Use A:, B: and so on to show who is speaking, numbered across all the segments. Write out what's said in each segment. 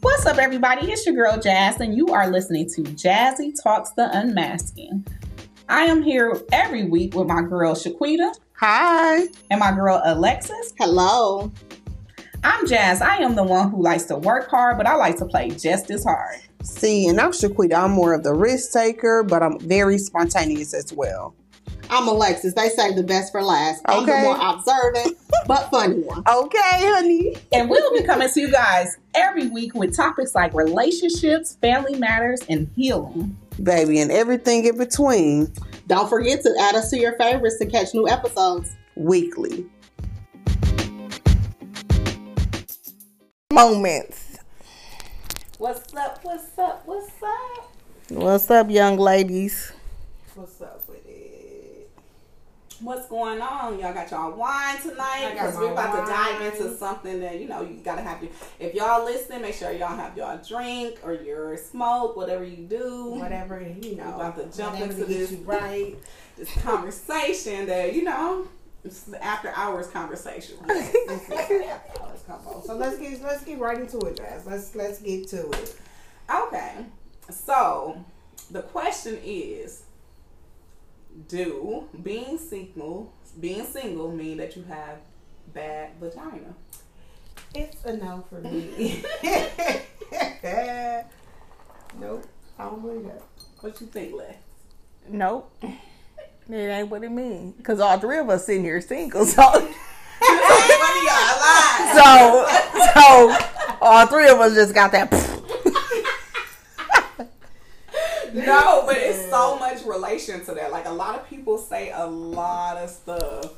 A: What's up, everybody? It's your girl Jazz, and you are listening to Jazzy Talks the Unmasking. I am here every week with my girl Shaquita
B: Hi.
A: and my girl Alexis.
B: Hello.
A: I'm Jazz. I am the one who likes to work hard, but I like to play just as hard.
B: See, and I'm Shaquita. I'm more of the risk taker, but I'm very spontaneous as well.
C: I'm Alexis. They say the best for last. I'm the
B: Okay.
C: more observant, but funny one.
B: Okay, honey.
A: And we'll be coming to you guys every week with topics like relationships, family matters, and healing.
B: Baby, and everything in between
C: Don't forget to add us to your favorites to catch new episodes.
B: weekly.
D: moments.
A: What's up? What's up? What's up?
D: What's up, young ladies?
A: What's up with it? What's going on? Y'all got y'all wine tonight because we're about to dive into something that you know you gotta have your. If y'all listening, make sure y'all have y'all drink or your smoke, whatever you do.
E: whatever you know.
A: We're about to jump
E: whatever
A: into
E: to get
A: this.
E: you right.
A: This conversation that you know, this is after hours conversation.
E: Let's come on. So let's get let's get right into it, guys. Let's let's get to it.
A: Okay. So the question is do being single being single mean that you have bad vagina?
E: It's a no for me. nope. I don't believe that.
A: What you think, Les?
D: Nope. It ain't what it means. Because all three of us sitting here single. So,
A: One of y'all alive.
D: so, so all three of us just got that.
A: No, but it's so much relation to that. Like a lot of people say a lot of stuff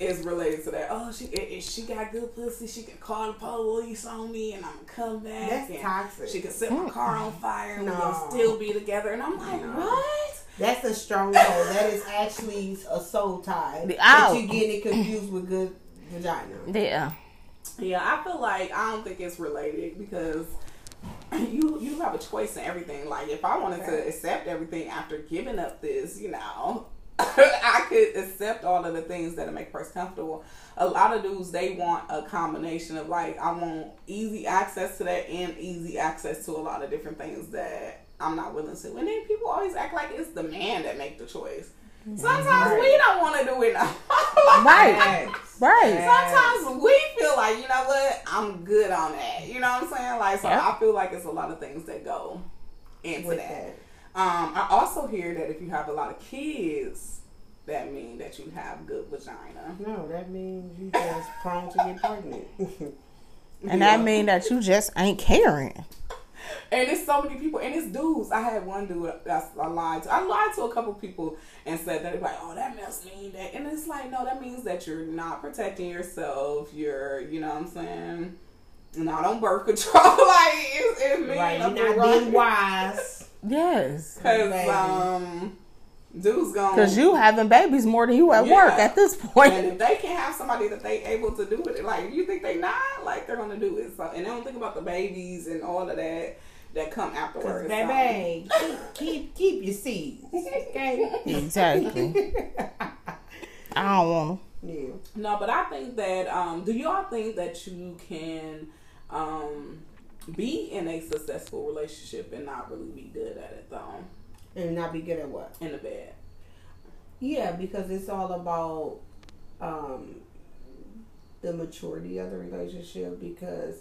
A: is related to that. Oh, she i- if she got good pussy, she can call the police on me and I'm gonna come back.
E: That's
A: and
E: toxic.
A: She can set my car on fire and we're
E: No.
A: gonna still be together. And I'm like, what?
E: That's a stronghold. That is actually a soul tie.
D: The
E: But
D: out.
E: you getting it confused with good vagina.
D: Yeah.
A: Yeah, I feel like I don't think it's related because you you have a choice in everything. Like if I wanted to accept everything after giving up this, you know, I could accept all of the things that make a person comfortable. A lot of dudes they want a combination of like I want easy access to that and easy access to a lot of different things that I'm not willing to. And then people always act like it's the man that make the choice. Sometimes we don't want to do it.
D: Right. Right.
A: Sometimes we feel like, you know what, I'm good on that. You know what I'm saying? Like, so
D: Yeah.
A: I feel like it's a lot of things that go into
E: With
A: that.
E: that.
A: Um, I also hear that if you have a lot of kids, that mean that you have good vagina.
E: No, that means you just prone to get pregnant.
D: And that mean that you just ain't caring.
A: And it's so many people, and it's dudes. I had one dude that's I lied to. I lied to a couple people and said that they're like, "Oh, that must mean that," and it's like, no, that means that you're not protecting yourself. You're, you know, what I'm saying, not on birth control. like it, it means
E: right.
A: a
E: You're not
A: variety.
E: being wise.
D: Yes.
A: Cause
E: Baby.
A: um, dudes gone.
D: Because you having babies more than you at
A: Yeah.
D: work at this
A: and
D: point.
A: if they can't have somebody that they able to do it, like you think they not, like they're gonna do it. So and they don't think about the babies and all of that that come afterwards. so.
E: Baby, keep, keep keep your seeds. Okay.
D: Exactly. I don't want to.
E: Yeah.
A: No, but I think that um, do y'all think that you can um be in a successful relationship and not really be good at it though
E: And not be good at what?
A: in the bed?
E: Yeah, because it's all about um the maturity of the relationship because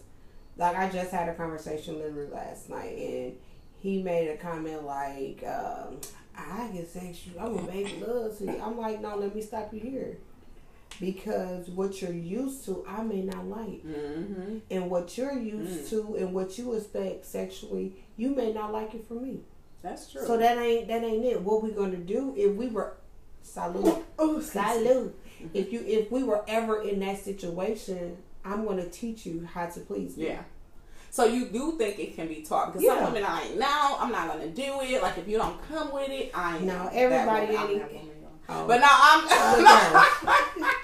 E: like I just had a conversation literally last night and he made a comment like, um, I can sexual I'm gonna make love to you. I'm like, no, let me stop you here. Because what you're used to I may not like.
A: Mm-hmm. Mm.
E: And what you're used to and what you expect sexually, you may not like it from me.
A: That's true.
E: So that ain't that ain't it. What we gonna do if we were salute
A: oh,
E: salute? If you if we were ever in that situation, I'm gonna teach you how to please me.
A: Yeah. So you do think it can be taught because some
E: Yeah.
A: women I ain't now I'm not gonna do it. Like if you don't come with it, I ain't.
E: No,
A: that
E: everybody
A: woman. I'm
E: ain't-
A: that woman, y'all.
E: Oh.
A: But no, I'm.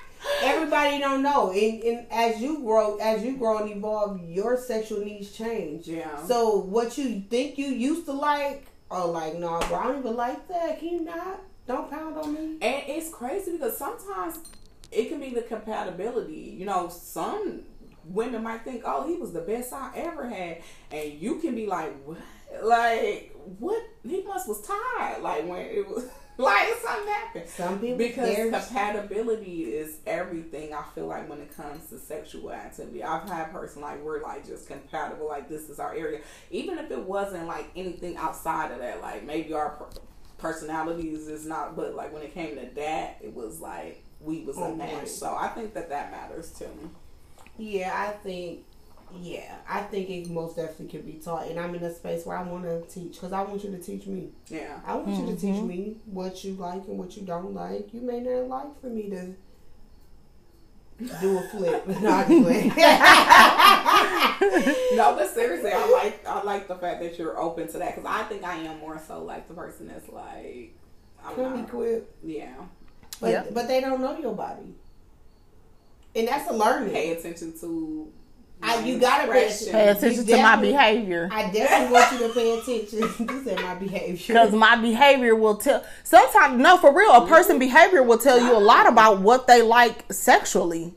E: Everybody don't know, and, and as you grow, as you grow and evolve, your sexual needs change.
A: Yeah.
E: So what you think you used to like, or like, no, bro, I don't even like that. Can you not? Don't pound on me.
A: and it's crazy because sometimes it can be the compatibility. You know, some
F: women might think, oh, he was the best I ever had, and you can be like, what? Like what? He must was tired. Like when it was like something happened.
E: Some people
F: Because
E: there's-
F: compatibility is everything. I feel like when it comes to sexual activity, I've had a person like we're like just compatible. Like this is our area. Even if it wasn't like anything outside of that, like maybe our per- personalities is not. But like when it came to that, it was like we was a
E: Mhm.
F: match. So I think that that matters too.
E: Yeah, I think. Yeah, I think it most definitely can be taught, and I'm in a space where I want to teach because I want you to teach me.
F: Yeah.
E: I want you to teach
D: Mm-hmm.
E: me what you like and what you don't like. You may not like for me to do a flip. no, I'm just playing.
F: No, but seriously, I like I like the fact that you're open to that because I think I am more so like the person that's like I'm
E: Pretty
F: not.
E: quick.
F: Yeah.
E: But
D: Yeah.
E: but they don't know your body, and that's a learning.
F: Pay attention to.
E: I, you gotta pay attention.
D: Pay
F: Pay
D: attention
E: You
D: to my
E: definitely-
D: behavior.
E: I definitely want you to pay attention. This is my behavior.
D: Because my behavior will tell. Sometimes, no, for real, a person' behavior will tell you a lot about what they like sexually.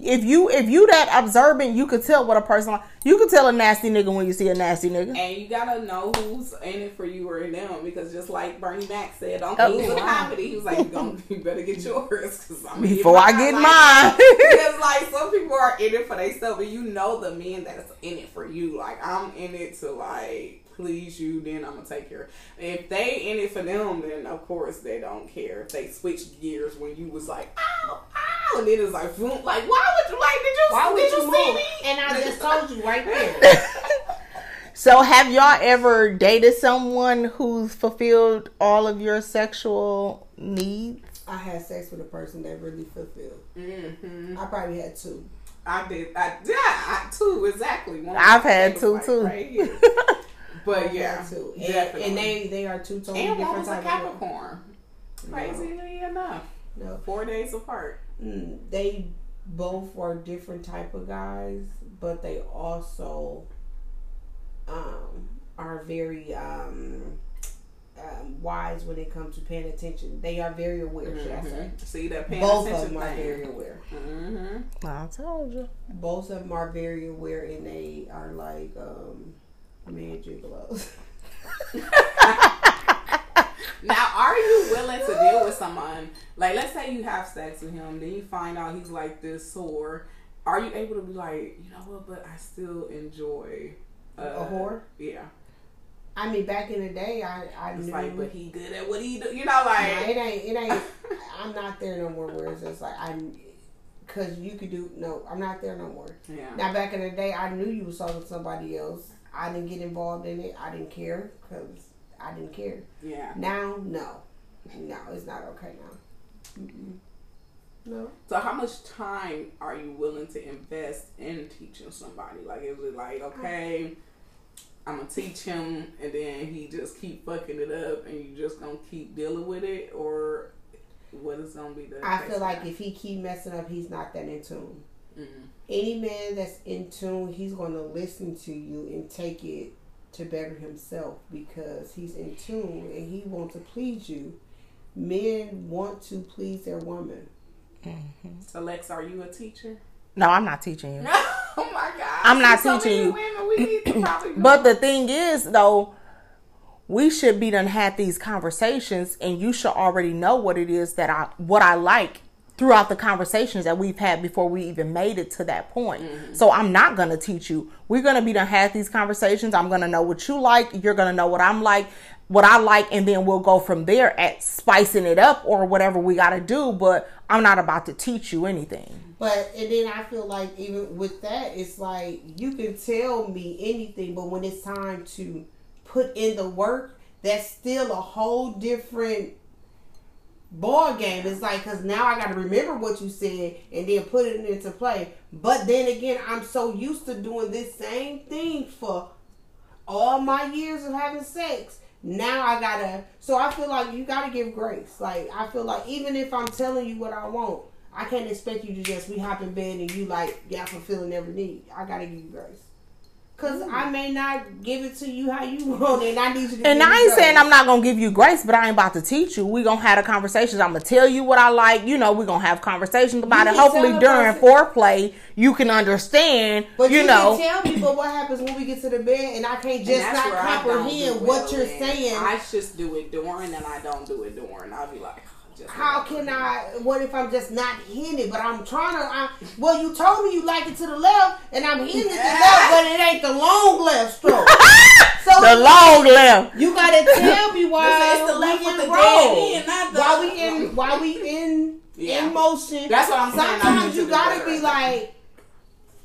D: If you if you that observant, you could tell what a person like. You could tell a nasty nigga when you see a nasty nigga.
F: And you gotta know who's in it for you or them because just like Bernie Mac said, don't
D: Oh,
F: lose a
D: wow.
F: comedy. He was like, you, gonna, you better get yours because I'm gonna
D: Before I get mine.
F: because like some people are in it for themselves, and you know the men that's in it for you. Like I'm in it to like please you, then I'm gonna take care. If they in it for them, then of course they don't care. If they switch gears when you was like ow ow, and then it's like boom, like why would you like did you
E: Why would
F: did
E: you
F: see
E: move?
F: me?
E: And I just told you right there.
D: So, have y'all ever dated someone who's fulfilled all of your sexual needs?
E: I had sex with a person that really fulfilled.
F: Mm-hmm.
E: I probably had two.
F: I did. I yeah, I, two exactly. One
D: I've had two,
F: right
D: too.
F: here.
E: I
F: but
E: had
F: yeah,
E: two. And,
F: definitely.
E: and they they are two totally
F: and one
E: different
F: was a
E: types of women.
F: Capricorn. Crazy enough,
E: No,
F: four days apart.
E: Mm, they both were different type of guys, but they also um, are very um, um, wise when it comes to paying attention. They are very aware. Should
F: Mm-hmm.
E: I say?
F: See that paying
E: Both of
F: attention
E: them are very
F: thing.
E: aware.
F: Mm-hmm.
D: I told you.
E: Both of them are very aware, and they are like um, mad gigolos.
F: Now, are you willing to deal with someone? Like, let's say you have sex with him, then you find out he's like this sore. Are you able to be like, you know what? But I still enjoy uh,
E: A whore?
F: Yeah,
E: I mean, back in the day, I I
F: it's
E: knew.
F: like, but he good at what he do. You know,
E: Nah,
F: like
E: it ain't. It ain't. I'm not there no more. Where it's just like I'm, cause you could do. No, I'm not there no more.
F: yeah.
E: Now back in the day, I knew you was talking to somebody else. I didn't get involved in it. I didn't care because I didn't care.
F: Yeah.
E: Now, no, no, it's not okay now. Mm-mm. No,
F: So how much time are you willing to invest in teaching somebody? Like is it like, okay, I'm gonna teach him and then he just keep fucking it up and you just gonna keep dealing with it or what is gonna be the
E: I feel like if he keep messing up, he's not that in tune.
F: mm
E: Any man that's in tune, he's going to listen to you and take it to better himself because he's in tune and he wants to please you. Men want to please their woman.
F: So Lex, are you a teacher?
D: No, I'm not teaching you.
F: oh my god.
D: I'm not
F: So
D: teaching
F: many
D: you.
F: Women, we need to probably
D: But the thing is, though, we should be done had these conversations, and you should already know what it is that I what I like throughout the conversations that we've had before we even made it to that point. So I'm not gonna teach you. We're gonna be done had these conversations. I'm gonna know what you like. You're gonna know what I'm like. What I like, and then we'll go from there at spicing it up or whatever we got to do. But I'm not about to teach you anything.
E: But and then I feel like even with that, it's like you can tell me anything, but when it's time to put in the work, that's still a whole different ball game. It's like because now I got to remember what you said and then put it into play. But then again, I'm so used to doing this same thing for all my years of having sex. Now I gotta. So I feel like you gotta give grace. Like I feel like even if I'm telling you what I want, I can't expect you to just we hop in bed and you like yeah fulfilling every need. I gotta give you grace. Cause
D: Mm.
E: I may not give it to you how you want it. and I need you to.
D: And
E: give
D: I
E: me
D: ain't saying
E: grace.
D: I'm not gonna give you grace, but I ain't about to teach you. We gonna have a conversation. I'm gonna tell you what I like. You know, we gonna have conversations about
E: You
D: it.
E: can
D: Hopefully,
E: tell
D: during
E: a person-
D: foreplay, you can understand.
E: But
D: you,
E: you,
D: know,
E: can tell me, but what happens when we get to the bed and I can't
F: And
E: just
F: that's
E: not
F: where I don't do
E: comprehend
F: well
E: what you're
F: at.
E: saying?
F: I just do it during, and I don't do it during. I'll be like, oh, just
E: How can I? What if I'm just not hitting it? But I'm trying to. I, well, you told me you like it to the left, and I'm hitting it to the left, but it ain't the long left stroke. so
D: the long left.
E: you gotta tell me why
F: Listen, it's the left
E: we
F: with
E: in
F: the
E: row.
F: dead end, not the-
E: why we in why we in
F: Yeah.
E: in motion.
F: That's what I'm saying. I need
E: Sometimes
F: to
E: you
F: do
E: gotta
F: better
E: be
F: at that.
E: like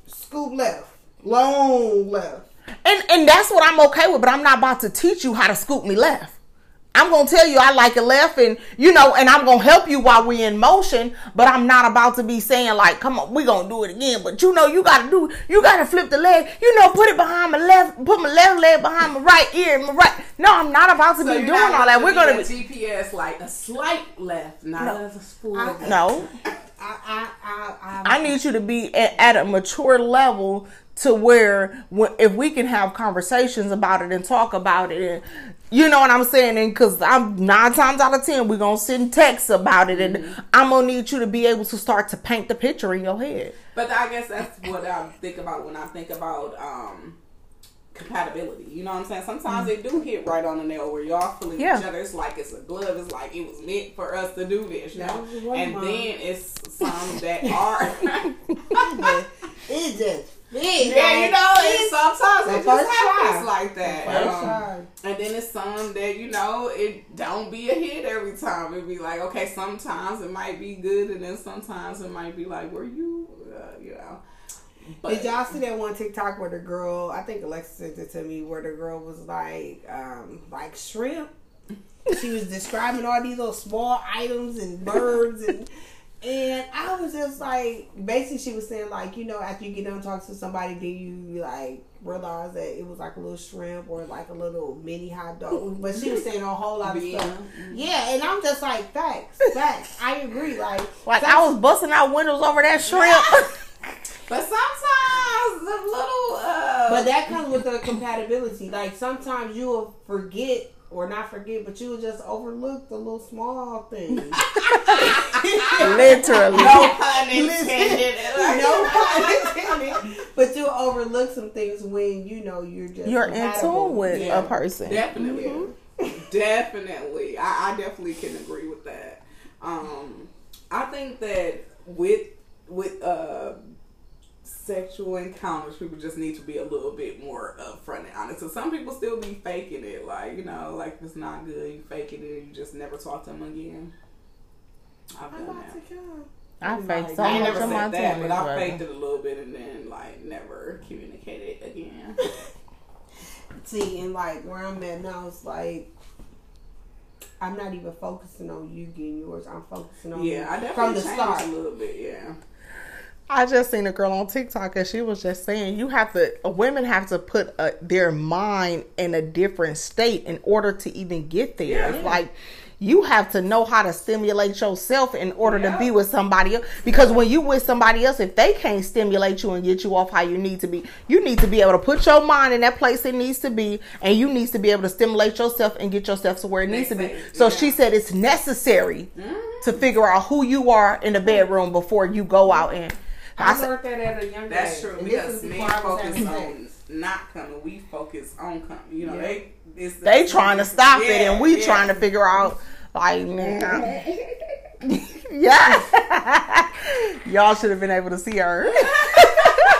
E: scoop left, long left.
D: And and that's what I'm okay with. But I'm not about to teach you how to scoop me left. I'm gonna tell you I like it left, and you know, and I'm gonna help you while we in motion. But I'm not about to be saying like, "Come on, we gonna do it again." But you know, you gotta do, you gotta flip the leg. You know, put it behind my left, put my left leg behind my right ear, and my right. No, I'm not about to
F: So
D: be
F: you're
D: doing
F: not
D: all that.
F: gonna
D: We're
F: be
D: gonna
F: at
D: be
F: GPS like a slight left, not a full left.
D: no.
E: I I I, I
D: I need you to be at, at a mature level to where when, if we can have conversations about it and talk about it and you know what I'm saying and cuz I'm 9 times out of 10 we're going to send texts about it and
F: Mm-hmm.
D: I'm going to need you to be able to start to paint the picture in your head.
F: But I guess that's what I think about when I think about um, compatibility. You know what I'm saying? Sometimes they do hit right on the nail where y'all feeling
D: Yeah.
F: each other. It's like it's a glove. It's like it was meant for us to do this. You know?
E: That was one
F: And
E: mom.
F: then it's some that are.
E: it just
F: yeah, you know, and sometimes
E: The
F: it
E: first
F: just happens
E: try.
F: like that.
E: First
F: Um,
E: time.
F: And then it's some that you know it don't be a hit every time. It be like okay, sometimes it might be good, and then sometimes it might be like, were you, uh, you know?
E: Did y'all see that one TikTok where the girl? I think Alexa sent it to me, where the girl was like, um, like shrimp. She was describing all these little small items and birds and. And I was just like, basically, she was saying like, you know, after you get done talking to somebody, then you like realize that it was like a little shrimp or like a little mini hot dog. But she was saying a whole lot of stuff. Yeah, and I'm just like, facts, facts. I agree. Like,
D: Like I was busting out windows over that shrimp.
F: But sometimes the little. Uh,
E: But that comes with the compatibility. Like sometimes you will forget or not forget, but you will just overlook the little small things.
D: Literally.
F: no pun intended. Like,
E: no pun intended. But you'll overlook some things when you know you're just
D: You're in
E: compatible.
D: tune with
F: Yeah.
D: a person.
F: Definitely, definitely. I, I definitely can agree with that. Um, I think that with with uh, sexual encounters, people just need to be a little bit more upfront and honest. So some people still be faking it, like you know, like it's not good. You faking it, you just never talk to them again. I've
E: I'm
F: done
E: about
F: that.
E: to come.
D: I faked so
F: I ain't
D: much
F: never
D: of my
F: said that, but I faked
D: twenties.
F: it a little bit and then like never communicated again.
E: See, and like where I'm at now, it's like. I'm not even focusing on you getting yours. I'm focusing on you
F: yeah, I
E: from
F: definitely
E: the
F: changed
E: start.
F: a little bit. Yeah,
D: I just seen a girl on TikTok and she was just saying you have to women have to put uh their mind in a different state in order to even get there.
F: Yeah.
D: It's like you have to know how to stimulate yourself in order to
F: Yeah.
D: be with somebody else. Because when you with somebody else, if they can't stimulate you and get you off how you need to be, you need to be able to put your mind in that place it needs to be, and you need to be able to stimulate yourself and get yourself to where it needs to be.
F: Makes sense,
D: So
F: yeah. Mm-hmm.
D: she said it's necessary to figure out who you are in the bedroom before you go out and.
E: I,
D: I said,
E: learned that at a young
F: that's
E: age.
F: true
E: and this
F: because
E: is
F: men
E: before I was
F: focus
E: having
F: on
E: sex.
F: not coming. We focus on coming. You know,
E: Yeah.
F: they it's the-
D: they trying to stop it
F: Yeah,
D: and we
F: yeah.
D: trying to figure out like man yeah y'all should have been able to see her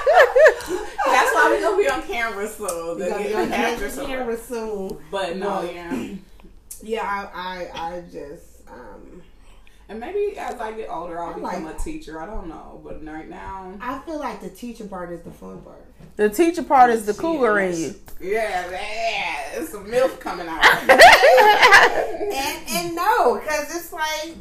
F: That's why we gonna be on camera so they
E: We're gonna be
F: can
E: on
F: capture
E: camera
F: some.
E: soon.
F: But no,
E: Well,
F: yeah.
E: Yeah, I, I, I just, um,
F: And maybe as I get older, I'll
E: I
F: become
E: like-
F: a teacher. I don't know, but right now,
E: I feel like the teaching part is the fun part.
D: the teacher part is the cougar in you
F: yeah, yeah, it's a milk coming out.
E: And and no, cause it's like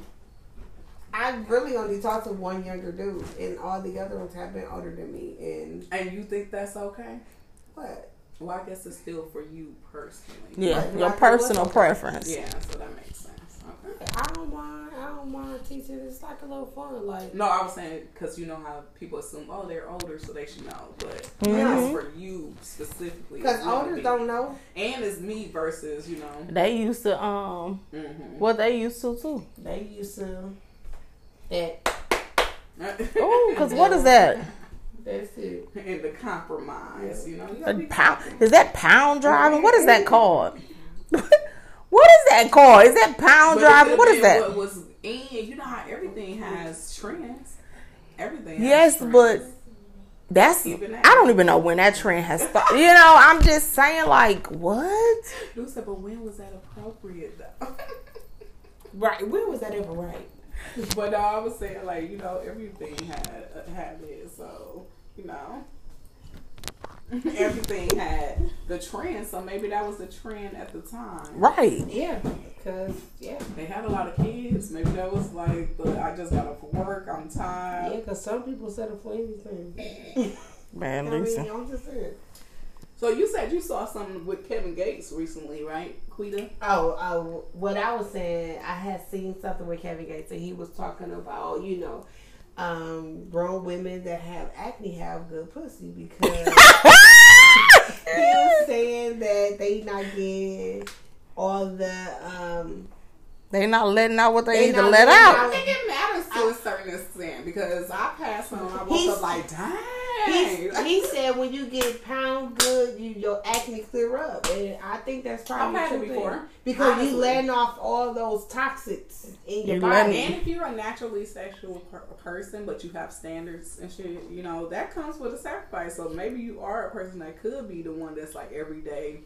E: I really only talked to one younger dude, and all the other ones have been older than me. And
F: and you think that's okay?
E: what?
F: Well, I guess it's still for you personally.
D: yeah
E: Right.
D: your
E: Right.
D: personal preference
F: Yeah, so that makes sense.
E: I don't mind. I don't mind teaching. It's like a little fun. Like
F: No, I was saying because you know how people assume, oh, they're older, so they should know. But
D: Mm-hmm.
F: that's for you specifically,
E: because
F: you know,
E: olders
F: be-
E: don't know.
F: And it's me versus you know.
D: They used to um
F: Mhm.
D: what they used to too.
E: They used to. That
D: Ooh, cause what is that?
E: that's it.
F: and the compromise, you know. You
D: A
F: gotta be
D: pound is that pound driving? What is that called? what is that called? Is that pound
F: But
D: driving? What
F: then
D: is that?
F: What was in? You know how everything has trends. Everything.
D: Yes,
F: has
D: but
F: trends.
D: that's
F: Even
D: I
F: that.
D: don't even know when that trend has started. You know, I'm just saying like what?
F: Lou said, but when was that appropriate though?
E: Right. When was that ever right?
F: But no, I was saying like you know everything had had it, so you know everything had the trend. So maybe that was the trend at the time.
D: Right.
E: Yeah. Because yeah.
F: They had a lot of kids. Maybe that was like the I just got off work. I'm
E: Yeah.
F: tired.
E: Because some people settle for anything.
D: Man,
E: I mean,
D: Lisa.
E: I'm just saying.
F: So you said you saw something with Kevin Gates recently, right, Quita?
E: Oh, oh, what I was saying, I had seen something with Kevin Gates, and he was talking about, you know, um, grown women that have acne have good pussy because he was saying that they not getting all the um,
D: They not letting out what they,
E: They
D: need to
E: not
D: let
E: letting
F: I
D: out.
F: think it matters to a certain extent because I passed him. I woke
E: He's-
F: up like, dang.
E: he, he said when you get pound good, you your acne clear up, and I think that's probably
F: I've had
E: true
F: it
E: thing.
F: before,
E: because you
F: honestly.
E: letting off all those toxics in your
D: You
E: body.
D: letting-
F: And if you're a naturally sexual per- person, but you have standards and shit, you know that comes with a sacrifice. So maybe you are a person that could be the one that's like every day,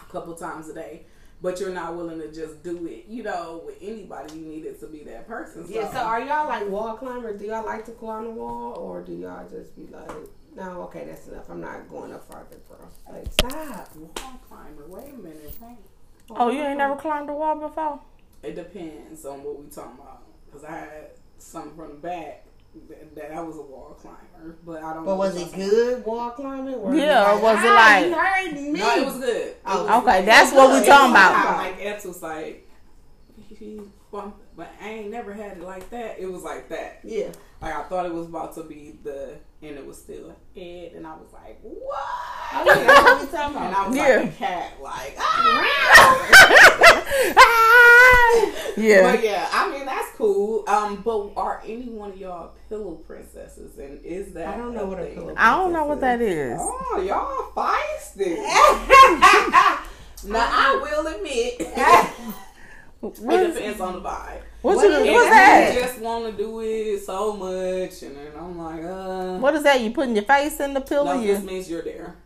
F: a couple times a day, but you're not willing to just do it. You know, with anybody, you need it to be that person. So,
E: Yeah, so are y'all like wall climbers? Do y'all like to climb the wall or do y'all just be like, no, okay, that's enough. I'm not going up farther, bro. Like, stop.
F: wall climber. Wait a minute. wait.
D: Oh, you ain't never climbed a wall before?
F: It depends on what we talking about. Cause I had something from the back that, that I was a wall climber, but I don't.
E: But
F: know
E: was
F: what
E: it
F: y'all-
E: good wall climbing? Or
D: Yeah, or was it
E: "Ah,
D: like-
E: you hurting me?
F: No, it was good. It
E: Oh,
F: was
D: Okay, that's what we talking about.
F: Like Epps was like, he bumped, but I ain't never had it like that. It was like that.
E: Yeah.
F: Like I thought it was about to be the, and it was still Ed, and I was like, what?
E: Oh, yeah, that's what we talking
F: And
E: about.
F: I was
D: Yeah.
F: like a cat, like ah.
D: Yeah.
F: But yeah, I mean that's cool. Um, but are any one of y'all pillow princesses? And is that
E: I don't know what a
F: thing?
E: pillow
D: I don't know what that is.
F: Oh, y'all feisty. now I will admit, it
D: What's,
F: depends on the vibe.
D: what's,
E: what
D: you-
E: is-
D: what's
F: And
D: that?
F: You just want to do it so much, and then I'm like, uh,
D: What is that? You putting your face in the pillow?
F: no, this
D: You
F: means you're there.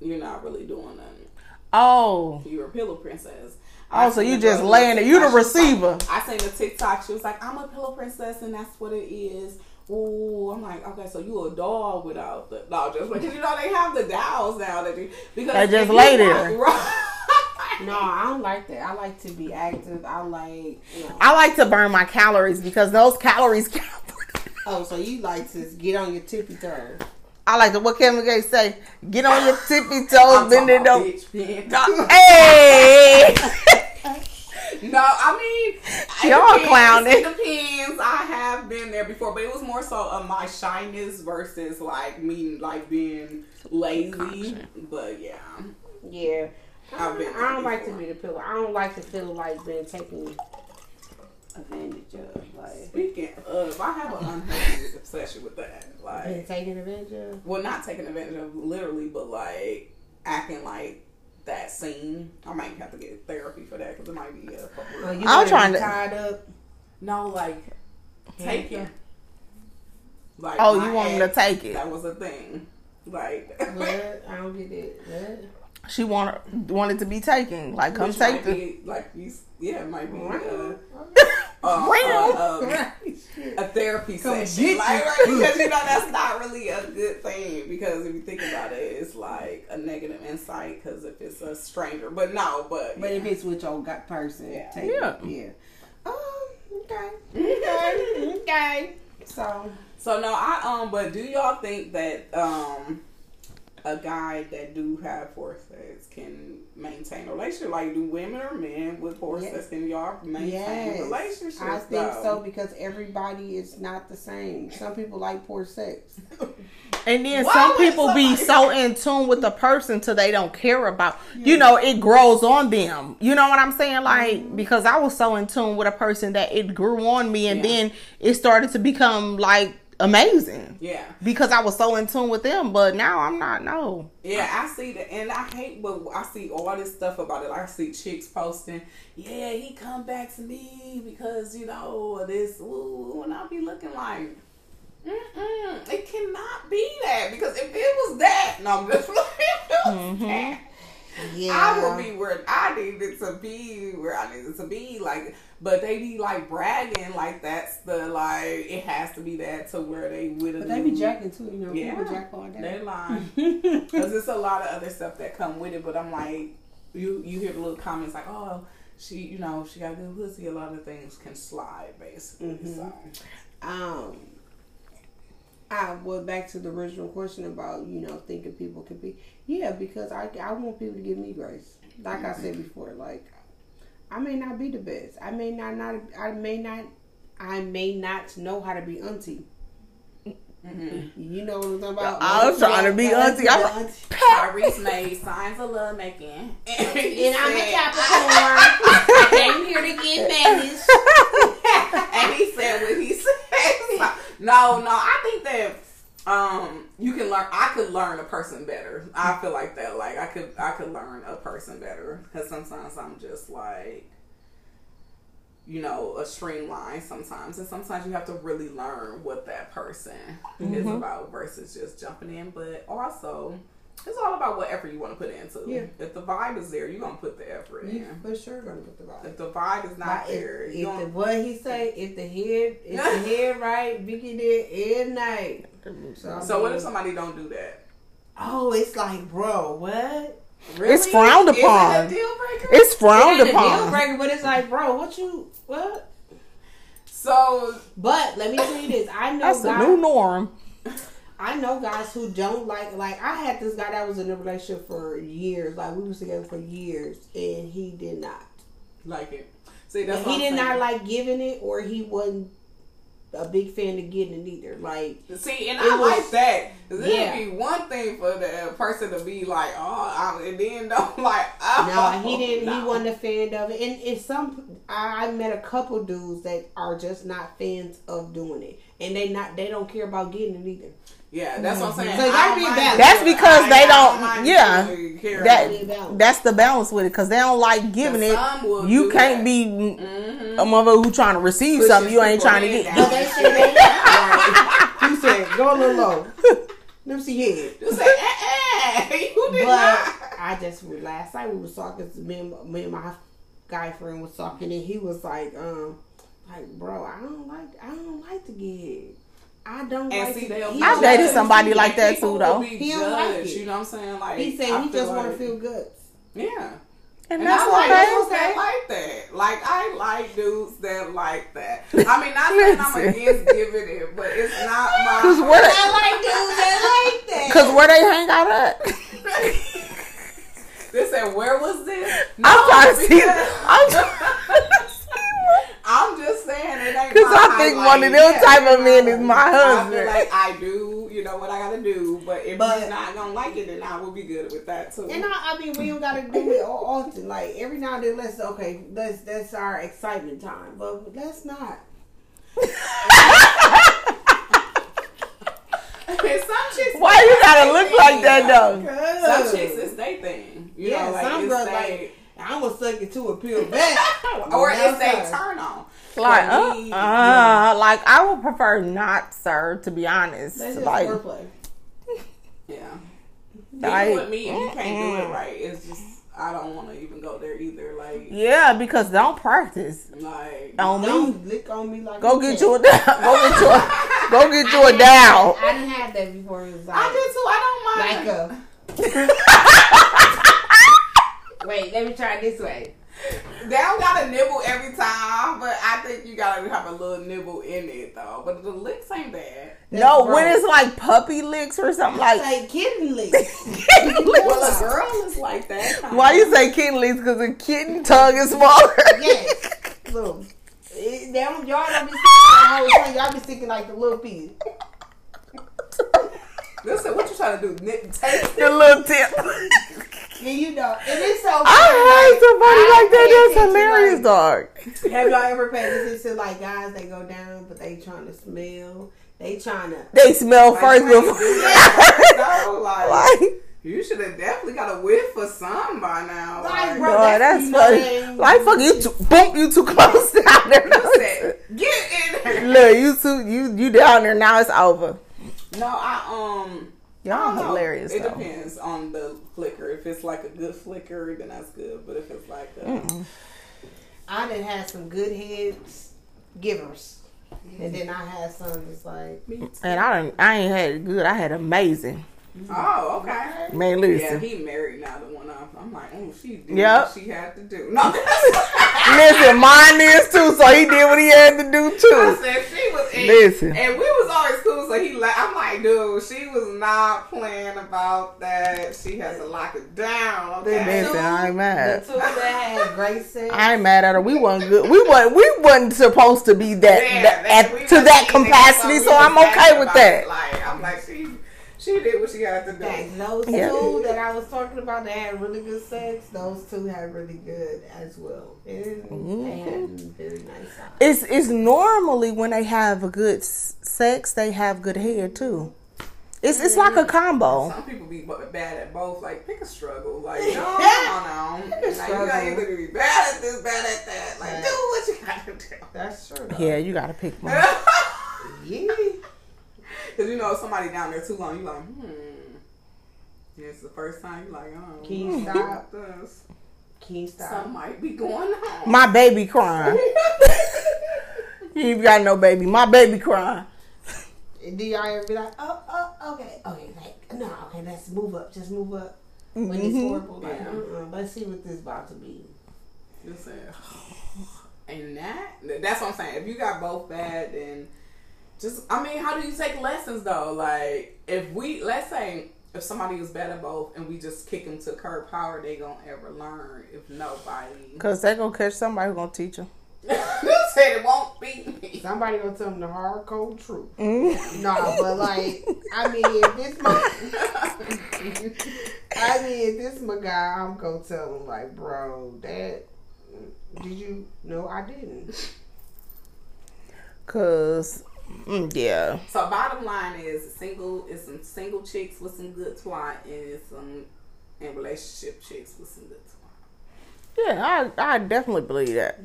F: You're not really doing nothing.
D: oh
F: You're a pillow princess.
D: oh, so you just laying there. You the receiver.
F: I seen the TikTok. She was like, "I'm a pillow princess, and that's what it is." Ooh, I'm like, okay, so you a doll without the no, just because you know they have the dolls now that you because
D: They just
F: if you
D: lay
F: not
D: there.
F: right-
E: No, I don't like that. I like to be active. I like, you know.
D: I like to burn my calories because those calories count.
E: Oh, so you like to get on your tippy toes.
D: I like to what Kevin Gates say. Get on your tippy
F: I'm
D: toes,
F: talking
D: bend it
F: about
D: over.
F: bitch, bitch.
D: Hey,
F: No, I mean, it
D: Y'all
F: depends.
D: clowning.
F: It depends. I have been there before, but it was more so of my shyness versus like me like being lazy. But yeah,
E: Yeah. I don't,
F: I've been
E: I don't
F: there
E: like to
F: before.
E: be the pillow. I don't like to feel like being taken advantage of. Like,
F: Speaking of, I have an unhealthy obsession with that.
E: being
F: Like,
E: taken advantage of.
F: well, not taking advantage of literally, but like acting like that scene. I might have to get therapy for that because it might be a couple.
E: Oh,
F: of-
E: you
D: I'm
E: gotta
D: trying
E: be
D: to-
E: tied up.
F: no, like taking. Like
D: Oh, you
F: my
D: want me to
F: ex,
D: take it?
F: That was a thing. Like.
E: What? I don't get it. What?
D: She want wanted to be taken. Like, come
F: Which
D: take
F: might
D: the.
F: be, like you, s- yeah, it might be uh,
E: Right.
F: uh, uh, um,
E: Shit.
F: a therapy
E: Come
F: session,
E: get you.
F: like, right? because you know that's not really a good thing. Because if you think about it, it's like a negative insight. Because if it's a stranger, but no, but,
E: But if it's with your gut person,
F: Yeah.
E: take
D: Yeah.
E: it. Yeah. Oh, okay. Okay. okay. So,
F: so no, I um, but do y'all think that um, a guy that do have corsets can maintain a relationship? Like, do women or men with corsets
E: Yes.
F: can y'all maintain
E: Yes,
F: relationships?
E: I think so because everybody is not the same. Some people like poor sex.
D: And then
F: Why
D: some
F: would
D: people be so
F: somebody-
D: in tune with the person till they don't care about. You know, it grows on them. You know what I'm saying? Like
F: Mm-hmm.
D: because I was so in tune with a person that it grew on me, and
F: Yeah.
D: then it started to become like amazing
F: Yeah.
D: because I was so in tune with them. But now I'm not. No.
F: Yeah, I see that, and I hate, but I see all this stuff about it. Like, I see chicks posting, "Yeah, he come back to me because you know of this," ooh, and I'll be looking like, "Mm-mm, it cannot be that." Because if it was that, no, I'm just like, it was that, I will be where I needed to be, where I needed to be. Like, but they be like bragging, like that's the like it has to be that to where they would have.
E: But they be jacking too, you know.
F: Yeah.
E: People jack all day.
F: They lying. Cause it's a lot of other stuff that come with it, but I'm like, you you hear the little comments like, oh, she, you know, she got good pussy. A lot of things can slide, basically. So
E: Um, I well back to the original question about you know thinking people could be yeah because I I want people to give me grace like I said before like I may not be the best I may not not I may not I may not know how to be auntie. You know what I'm talking about?
D: I was trying to be auntie. I'm
E: the
D: like,
E: auntie.
F: Tyrese made signs of love making,
E: And
F: and
E: I'm a
F: said-
E: Capricorn. I came here to get managed.
F: and he said what he said. No, no, I think that um you can learn. I could learn a person better. I feel like that. Like I could, I could learn a person better because sometimes I'm just like. You know, a streamline sometimes, and sometimes you have to really learn what that person is
E: Mm-hmm.
F: about versus just jumping in. But also, it's all about what effort you want to put into.
E: Yeah.
F: If the vibe is there, you're gonna put the effort
E: You
F: in.
E: for sure gonna get the vibe.
F: If the vibe is not
E: Like,
F: there,
E: if,
F: you
E: if
F: don't
E: the, what he say, if the head, if the head right, Vicky did every night. I
F: So what
E: mean,
F: if somebody don't do that?
E: Oh, it's like, bro, what?
D: It's frowned
F: Is it
D: upon.
F: a deal breaker?
D: It's frowned
E: Ain't a deal
D: upon.
E: breaker, but it's like, bro, what you what?
F: so
E: But let me tell you this: I know
D: That's the
E: guys,
D: new norm.
E: I know guys who don't like. Like I had this guy that was in a relationship for years. Like we was together for years, and he did not.
F: like it. See, that's
E: And
F: what
E: he did
F: I'm
E: not
F: saying.
E: like giving it, or he wasn't a big fan of getting it either. Like
F: See, and
E: It
F: I
E: was-
F: like that. 'Cause
E: Yeah.
F: It'd be one thing for the uh, person to be like, oh, I, and then don't like, oh,
E: No, he didn't. He
F: no.
E: wasn't a fan of it. And it's some, I, I met a couple dudes that are just not fans of doing it, and they not, they don't care about getting it either.
F: Yeah, that's what I'm saying.
E: So it gotta
F: I
E: be
F: like
E: balanced.
D: That's
F: it.
D: because
F: I-
D: they
F: I
D: don't-
F: like
D: yeah.
F: really care.
D: That
E: Be balanced.
D: that's the balance with it because they don't like giving
F: But
D: it.
F: some will
D: You
F: do
D: can't
F: that. Mm-hmm.
D: be a mother who trying to receive
F: Push
D: something you
F: your
D: ain't
F: super
D: trying to
F: head
D: get.
F: down.
E: But they said they like, you said go a little low. Let me see here.
F: You say, eh, eh. You did
E: But
F: not.
E: I just last night we was talking. Me and, me and my guy friend was talking, and he was like, um, like bro, I don't like, I don't like to get. I don't
F: And
E: like to
F: see, they'll
E: he
F: be
E: don't
D: I dated
E: like to
D: somebody
E: see
D: like that too,
F: People will
D: though.
F: be
E: He don't like
F: judged,
E: it.
F: You know what I'm saying? Like
E: He
F: I
E: said he
F: feel
E: just want
F: like-
E: to feel good.
F: Yeah.
D: And
F: And I
D: that's
F: like dudes
D: okay.
F: that like that. Like I like dudes that like that. I mean, not saying I'm
D: Listen.
F: against giving it, but it's not my.
D: Cause where they,
E: I like that.
D: cause where they hang out at.
F: they said, "Where was this?" No,
D: I'm trying to see.
F: because-
D: I'm trying to see.
F: I'm just saying it ain't.
D: Cause
F: my
D: I think one of them
F: highlight. Yeah.
D: type of men is my
F: I feel
D: husband.
F: like I do, you know what I gotta do, but if
E: But-
F: you're not gonna like it, then I will be good with that too.
E: And I, I mean, we don't gotta do it all often. Like every now and then, let's okay, let's that's our excitement time, but let's not.
F: some chicks,
D: Why you gotta look like that though?
F: Some chicks is they thing, you
E: yeah,
F: know, like
E: some
F: it's
E: girls
F: they,
E: like I'm gonna suck it to a pure back,
F: or it's
E: they
F: they turn on.
D: Like,
F: For
D: uh,
F: me,
D: uh, like I would prefer not, sir. To be honest,
E: That's just
D: like,
E: foreplay.
F: Yeah.
D: Like,
F: Even with me, if you can't do it right, it's just I don't want to even go there either. Like,
D: yeah, because don't practice
F: like
D: on me.
E: Don't lick on me like
D: Go get you a
E: I
D: go get you a go get you a down.
E: I didn't have that before. It was like,
F: I did too. I
E: like
F: don't mind.
E: a. Wait, let me try it this way.
F: They don't gotta nibble every time, but I think you gotta have a little nibble in it though. But the licks ain't bad.
D: No, when it's like puppy licks or something like
E: Like kitten licks.
D: kitten
F: Well,
D: licks.
F: a girl is like that.
D: Why you say kitten licks? Because a kitten tongue is smaller.
E: Yes. Look. It, they don't, y'all don't be sticking the whole thing. Y'all be sticking like the little piece.
F: Listen, what you trying to do? Nip, taste it?
D: the little tip.
E: And you know, and it's so
D: I had
E: like,
D: somebody
E: I
D: like that.
E: pay
D: That's
E: attention,
D: hilarious,
E: like,
D: dog.
E: Have y'all ever paid attention to like guys that go down but they trying to smell? They trying to
D: They smell
F: Like,
D: first
F: why you do that? No, like,
D: before.
F: you should have definitely got a whiff for some by now.
E: Like,
F: Like,
E: bro,
D: God,
E: that's
D: that's funny.
E: nothing.
D: Like, fuck you, too, boom, you too close down there.
F: said, get in there.
D: Look, you too, you you down there now. It's over.
F: No, I um. I
D: Y'all
F: don't know.
D: hilarious
F: It
D: though.
F: depends on the flicker. If it's like a good flicker, then that's good. But if it's like uh, a,
E: I done had some good heads givers. And then I had some that's like
D: And I done, I ain't had it good. I had amazing.
F: oh okay,
D: Man,
F: yeah,
D: listen,
F: he married now. The one I'm, I'm like, oh, she did
D: Yep.
F: what she had to do. No,
D: listen, mine is too. So he did what he had to do
F: I
D: too.
F: said she was in,
D: Listen.
F: and we was always cool. So he, like, I'm like, dude, she was not playing about that. She has to lock it down. Okay,
D: Listen, I ain't
E: the
D: mad.
E: two that had great sex.
D: I ain't mad at her. We wasn't good. We wasn't. We wasn't supposed to be that,
F: Yeah,
D: that
F: that- we
D: at, to
F: was
D: that
F: eating,
D: capacity.
F: we
D: So
F: was
D: I'm okay
F: happy
D: with
F: about
D: that.
F: it. Like, I'm like, she, she did what she had to do.
E: Like those
D: Yeah.
E: two that I was talking about that had really good sex, those two had really good as well. And they had
D: Mm-hmm.
E: very nice uh, sex.
D: It's it's normally when they have good s- sex, they have good hair too. It's it's like a combo.
F: Some people be b- bad at both. Like, pick a struggle. Like, no, no, no. Like, you gotta
E: struggle.
F: either be bad at this, bad at that. Like, do what you gotta do.
E: That's true.
D: Yeah, you gotta pick one.
E: Yeah.
F: Because you know, if somebody down there too long, you like, hmm. And It's the first time you like, oh,
E: Can you
F: hmm,
E: stop?
F: This.
E: Can you stop?
F: Something might be going on.
D: My baby crying. You ain't got no baby. My baby crying.
E: Do y'all ever be like, oh, oh, okay, okay, like, no, okay, let's move up, just move up. When it's horrible, like,
F: Yeah.
E: uh-uh, let's see what this about to be.
F: Listen, and that that's what I'm saying. If you got both bad, then just I mean, how do you take lessons though? Like if we let's say if somebody is bad at both and we just kick them to curb, how are they gonna ever learn if nobody?
D: Cause they gonna catch somebody who gonna teach them.
F: said it won't be me.
E: Somebody gonna tell them the hard, cold truth. No, but like, I mean, if this my, I mean, if this my guy, I'm gonna tell him like, bro, that did you? No, I didn't.
D: Cause mm, yeah,
F: So bottom line is single is some single chicks with some good twat and some and relationship chicks with some good twat.
D: yeah, I I definitely believe that.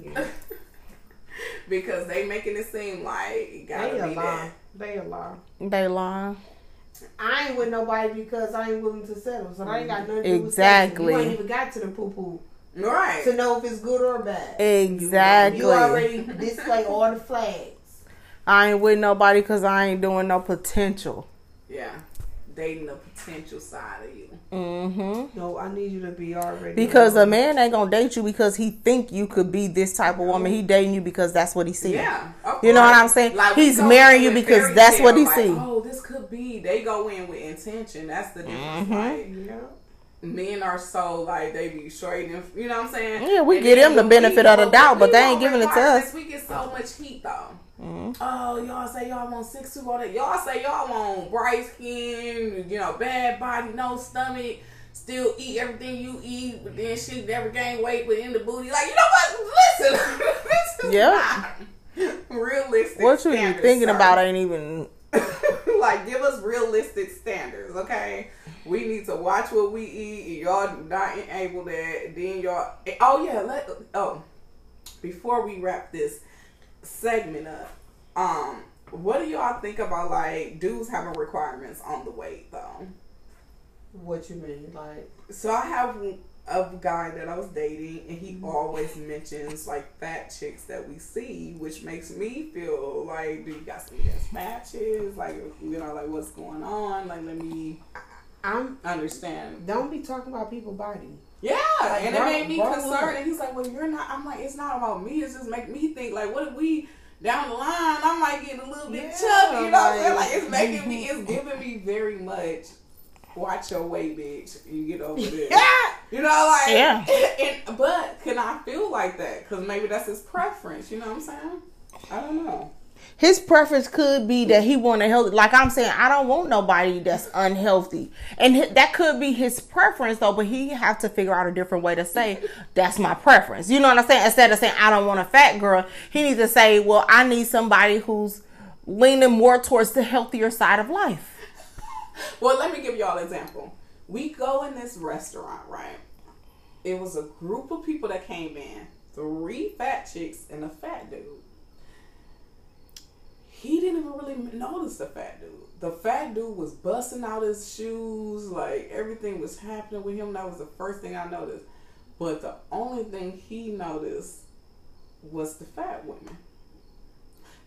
F: Because they making it seem like it gotta
E: They a
F: be
E: lie.
F: that.
E: They a lie.
D: They lying.
E: I ain't with nobody because I ain't willing to settle, so I ain't got nothing to do with
D: Exactly.
E: sex. You ain't even got to the poo poo
F: Right.
E: to know if it's good or bad.
D: Exactly.
E: You already display all the flags.
D: I ain't with nobody because I ain't doing no potential.
F: Yeah. Dating the potential side of you.
D: Mm-hmm.
E: No, I need you to be already
D: Because a
E: known.
D: man ain't gonna date you because he think you could be this type of woman. He dating you because that's what he see.
F: Yeah. of
D: You know what
F: course.
D: I'm saying?
F: we
D: He's
F: go
D: marrying
F: in
D: you
F: with
D: because
F: fairy
D: that's what he
F: tale,
D: see.
F: Like, oh, this could be. They go in with intention. That's the difference.
D: Mm-hmm.
F: Like,
E: Yeah.
F: men are so like they be straight and you know what I'm saying?
D: Yeah, we
F: And
D: give
F: then
D: them the
F: when
D: benefit of the
F: go-
D: doubt, but
F: we
D: they
F: go
D: ain't giving it to
F: regardless,
D: us.
F: We get so much heat though. Oh, y'all say y'all want six two all that. Y'all say y'all want bright skin, you know, bad body, no stomach. Still eat everything you eat, but then she never gain weight within the booty. Like you know what? Listen, this is
D: Yeah.
F: not realistic.
D: What you even
F: standards,
D: thinking
F: sir.
D: about ain't even.
F: like give us realistic standards, okay? We need to watch what we eat. and Y'all not enable that. Then y'all. Oh yeah. Let. Oh, before we wrap this segment up, um, what do y'all think about like dudes having requirements on the weight though?
E: What you mean, like?
F: So I have a guy that I was dating, and
E: Mm-hmm.
F: he always mentions like fat chicks that we see, which makes me feel like, do you got some yes matches? Like, you know, like what's going on? Like, let me
E: I'm
F: understand.
E: don't be talking about people body.
F: Yeah,
E: Like,
F: and
E: grow-
F: it made me
E: grow
F: concerned.
E: up.
F: And he's like, "Well, you're not." I'm like, "It's not about me. It's just make me think. Like, what if we down the line? I might get a little bit
E: Yeah,
F: chubby. You know what I'm saying?
E: like-
F: Like, it's making me. It's giving me very much. Watch your weight, bitch. You get over this.
E: Ah!
F: You know, like,
D: Yeah.
F: And, but can I feel like that? Because maybe that's his preference. You know what I'm saying? I don't know.
D: His preference could be that he want a healthy. Like I'm saying, I don't want nobody that's unhealthy, and hi- that could be his preference though. But he have to figure out a different way to say that's my preference. You know what I'm saying? Instead of saying I don't want a fat girl, he needs to say, well, I need somebody who's leaning more towards the healthier side of life.
F: Well, let me give y'all an example. We go in this restaurant, right? It was a group of people that came in three fat chicks and a fat dude. He didn't even really notice the fat dude. The fat dude was busting out his shoes, like everything was happening with him. That was the first thing I noticed. But the only thing he noticed was the fat women.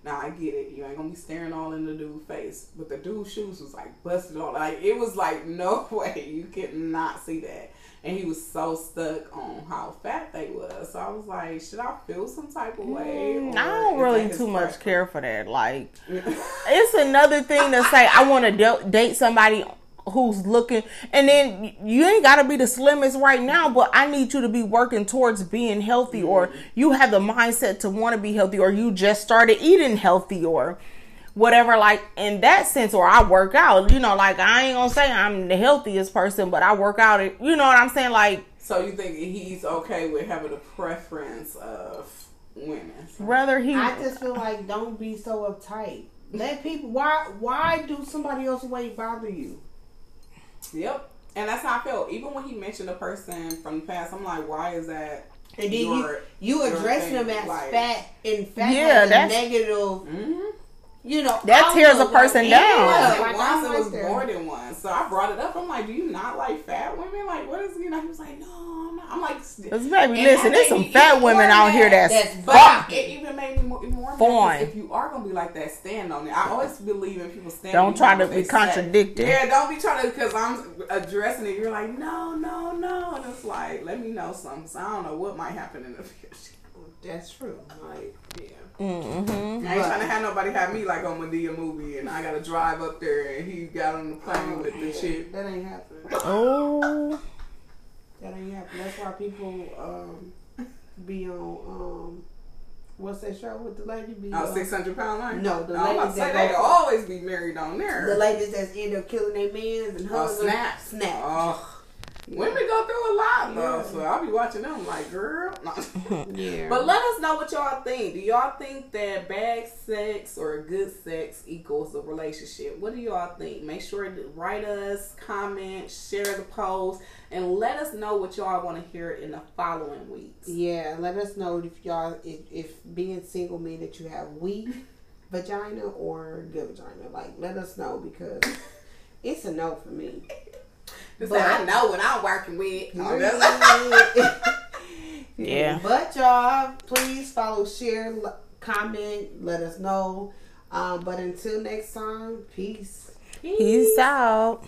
F: Now I get it. You ain't gonna be staring all in the dude's face, but the dude's shoes was like busted on. Like it was like no way you could not see that. And he was so stuck on how fat they was. So I was like, should I feel some type of way?
D: I
F: or
D: don't
F: is
D: really
F: that his
D: too much
F: preference?
D: care for that. Like it's another thing to say I want to de- date somebody who's looking, and then y- you ain't got to be the slimmest right now, but I need you to be working towards being healthy, or you have the mindset to want to be healthy, or you just started eating healthy, or whatever. Like in that sense, or I work out. You know, like I ain't gonna say I'm the healthiest person, but I work out. You know what I'm saying? Like
F: So you think he's okay with having a preference of women?
D: rather he.
E: I just feel like don't be so uptight. Let people. Why? Why do somebody else's weight bother you?
F: Yep. And that's how I felt. Even when he mentioned a person from the past, I'm like, why is that?
E: And then
F: Your-
E: you you
F: your
E: address
F: thing,
E: them as
F: like-
E: fat and fat
D: Yeah,
E: yeah,
D: that's-
E: that's, negative.
F: Mm-hmm.
E: You know
D: That
E: I
D: tears
E: don't
D: a
E: know,
D: person
E: like,
D: down.
E: Yeah,
F: Like,
E: like,
F: once
E: I'm
F: it was
E: like that.
F: more than one. So I brought it up. I'm like, do you not like fat women? Like, what is, you know, he was like, no, I'm not. I'm like, s-
D: 'Cause baby,
F: And
D: listen,
F: that
D: there's
F: made
D: some
F: me
D: fat
F: even
D: women
F: more
D: out here
F: mad.
D: that's,
E: That's
F: but
D: fucking.
F: it even made me more, more mad
D: Fine.
F: because if you are gonna be like that, stand on it. I always believe if people stand,
D: Don't
F: you
D: try
F: know
D: to
F: what
D: be
F: they say.
D: contradicting.
F: Yeah, don't be trying to because I'm addressing it. You're like, no, no, no, and it's like, let me know something. 'cause I don't know what might happen in the future.
E: That's true.
F: Like, yeah,
D: Mm-hmm.
F: I ain't trying to have nobody have me like on Medea movie, and I gotta drive up there, and he got on the
E: Oh,
F: plane with the chick.
E: That ain't happening.
D: Oh,
E: That ain't happening. That's why people um be on um what's that show with the lady be
F: Oh,
E: on?
F: 600 pound line?
E: No, the
F: No, I'm about to
E: ladies
F: say
E: that
F: they
E: go-
F: always be married on there.
E: the ladies that end up killing their mans and
F: Oh,
E: husbands.
F: snap.
E: Snap.
F: Oh. Women go through a lot, though, so I'll be watching them like, girl. No.
E: Yeah.
F: but let us know what y'all think. Do y'all think that bad sex or good sex equals a relationship? What do y'all think? Make sure to write us, comment, share the post, and let us know what y'all want to hear in the following weeks.
E: yeah, let us know if y'all if, if being single mean that you have weak vagina or good vagina. Like let us know because it's a no for me.
F: Just
E: But-
F: say, I know what I'm working with. Oh, that's-
D: yeah.
E: But y'all, please follow, share, l- comment, let Uh, us know. Um, but until next time, peace.
D: Peace out.